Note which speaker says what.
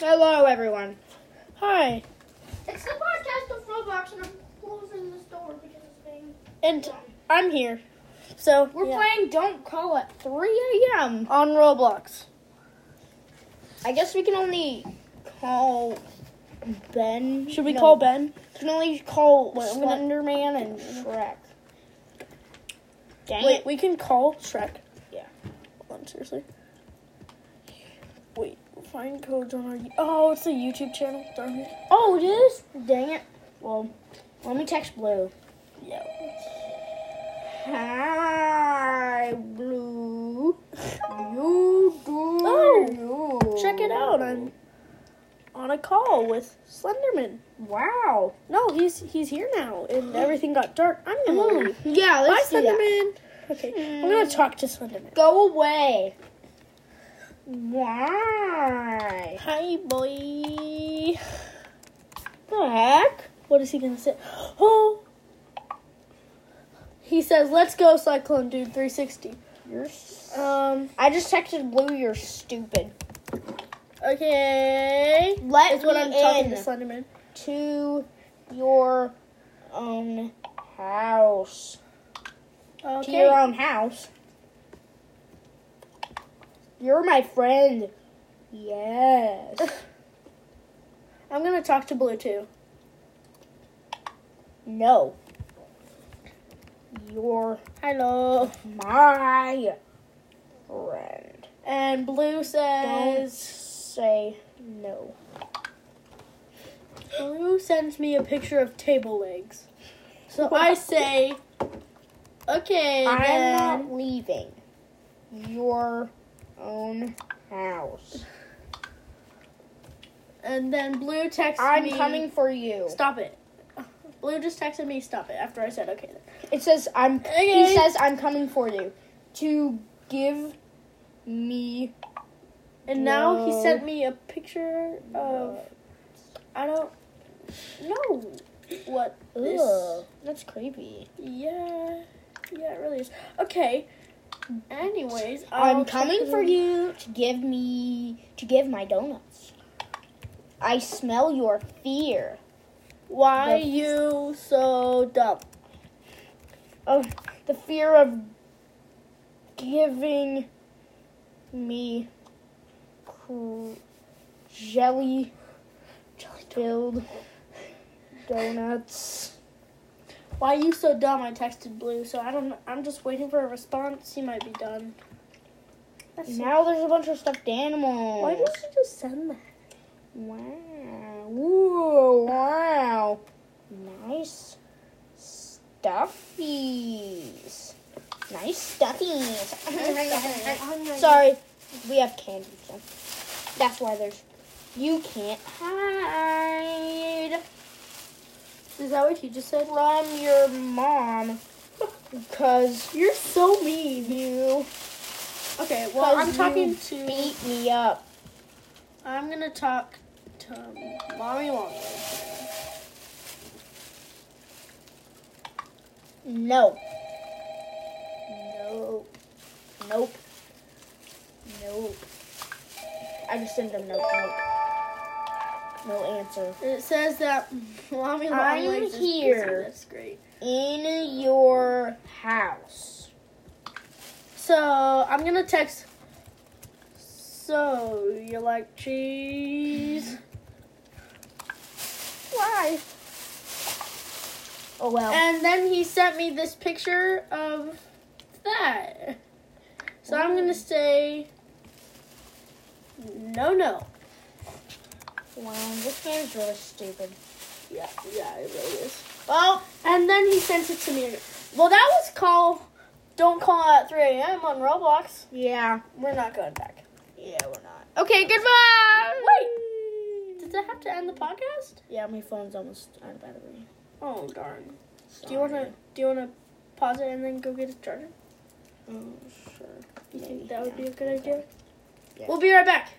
Speaker 1: Hello, everyone. Hi.
Speaker 2: It's the podcast of Roblox, and I'm closing this door because it's being.
Speaker 1: And I'm here. So,
Speaker 2: We're
Speaker 1: yeah.
Speaker 2: playing Don't Call at 3
Speaker 1: 3 a.m. on Roblox. I guess we can only call Ben. Should we
Speaker 2: No.
Speaker 1: call Ben? We can only call
Speaker 2: Wait, I'm gonna-
Speaker 1: Slender Man and Shrek.
Speaker 2: Dang
Speaker 1: Wait,
Speaker 2: it.
Speaker 1: we can call Shrek.
Speaker 2: Yeah.
Speaker 1: Hold on, seriously. Wait, find codes on our. Oh, it's the YouTube channel. Darn it.
Speaker 2: Oh, it is? Dang it. Well, let me text Blue.
Speaker 1: Yeah.
Speaker 2: Hi, Blue. you do.
Speaker 1: Oh,
Speaker 2: you.
Speaker 1: Check it out. I'm on a call with Slenderman.
Speaker 2: Wow.
Speaker 1: No, he's he's here now, and everything got dark. I'm gonna leave.
Speaker 2: Yeah, let's
Speaker 1: Bye,
Speaker 2: do that.
Speaker 1: Slenderman. Okay, I'm gonna talk to Slenderman.
Speaker 2: Go away. Why?
Speaker 1: Hi, boy.
Speaker 2: The heck?
Speaker 1: What is he gonna say? Oh. He says, "Let's go, Cyclone Dude 360."
Speaker 2: You're.
Speaker 1: Um.
Speaker 2: I just texted Blue. You're stupid.
Speaker 1: Okay.
Speaker 2: Let
Speaker 1: That's what
Speaker 2: me
Speaker 1: I'm talking to
Speaker 2: in
Speaker 1: Slenderman.
Speaker 2: to your own house. To your
Speaker 1: Okay.
Speaker 2: own house. You're my friend. Yes.
Speaker 1: I'm gonna talk to Blue too.
Speaker 2: no. You're
Speaker 1: Hello.
Speaker 2: my friend.
Speaker 1: And Blue
Speaker 2: Don't
Speaker 1: says.
Speaker 2: say no.
Speaker 1: Blue sends me a picture of table legs. So I say, okay,
Speaker 2: I'm
Speaker 1: then.
Speaker 2: not leaving your own house.
Speaker 1: And then Blue texts
Speaker 2: I'm
Speaker 1: me,
Speaker 2: coming for you.
Speaker 1: Stop it. Blue just texted me, stop it, after I said, okay. Then.
Speaker 2: It says I'm.
Speaker 1: Okay.
Speaker 2: He says I'm coming for you to give me.
Speaker 1: And now he
Speaker 2: No.
Speaker 1: sent me a picture of. I don't know what this.
Speaker 2: Ugh, that's creepy.
Speaker 1: Yeah. Yeah, it really is. Okay. Anyways,
Speaker 2: i
Speaker 1: I'll
Speaker 2: am
Speaker 1: check
Speaker 2: coming
Speaker 1: it
Speaker 2: for
Speaker 1: out.
Speaker 2: you to give me to give my donuts. I smell your fear.
Speaker 1: Why
Speaker 2: The-
Speaker 1: you so dumb?
Speaker 2: of the fear of giving me cr- jelly filled donuts.
Speaker 1: Why you so dumb? I texted Blue, so I don't. I'm just waiting for a response. He might be done. That's
Speaker 2: Now there's a bunch of stuffed animals.
Speaker 1: Why did she just send that?
Speaker 2: Wow. Ooh, wow. Nice stuffies. Nice stuffies. Sorry, we have candy. So that's why there's. You can't hide
Speaker 1: Is that what you just said?
Speaker 2: from your mom because
Speaker 1: You're so mean.
Speaker 2: you
Speaker 1: Okay, well I'm
Speaker 2: Because
Speaker 1: talking
Speaker 2: you
Speaker 1: to.
Speaker 2: beat me up.
Speaker 1: I'm gonna talk to mommy long. Legs.
Speaker 2: No. Nope. Nope. Nope. I just sent them nope. Nope. No answer.
Speaker 1: It says that mommy long
Speaker 2: I'm
Speaker 1: legs is busy.
Speaker 2: here.
Speaker 1: That's great.
Speaker 2: In your house.
Speaker 1: So I'm gonna text. So you like cheese?
Speaker 2: Why? Oh well.
Speaker 1: And then he sent me this picture of that. So I'm gonna say no, no.
Speaker 2: wow, this game's really stupid.
Speaker 1: Yeah, yeah, it really is.
Speaker 2: Well,
Speaker 1: And then he sent it to me. Well, that was call. Don't call at 3 a.m. on Roblox.
Speaker 2: yeah.
Speaker 1: We're not going back.
Speaker 2: Yeah, we're not. Okay, goodbye!
Speaker 1: Wait, did that have to end the podcast?
Speaker 2: Yeah, my phone's almost out of battery.
Speaker 1: Oh darn. Do you wanna do you wanna pause it and then go get a charger?
Speaker 2: Oh, sure.
Speaker 1: You think
Speaker 2: Maybe,
Speaker 1: that would
Speaker 2: yeah.
Speaker 1: be a good idea?
Speaker 2: Yeah.
Speaker 1: We'll be right back.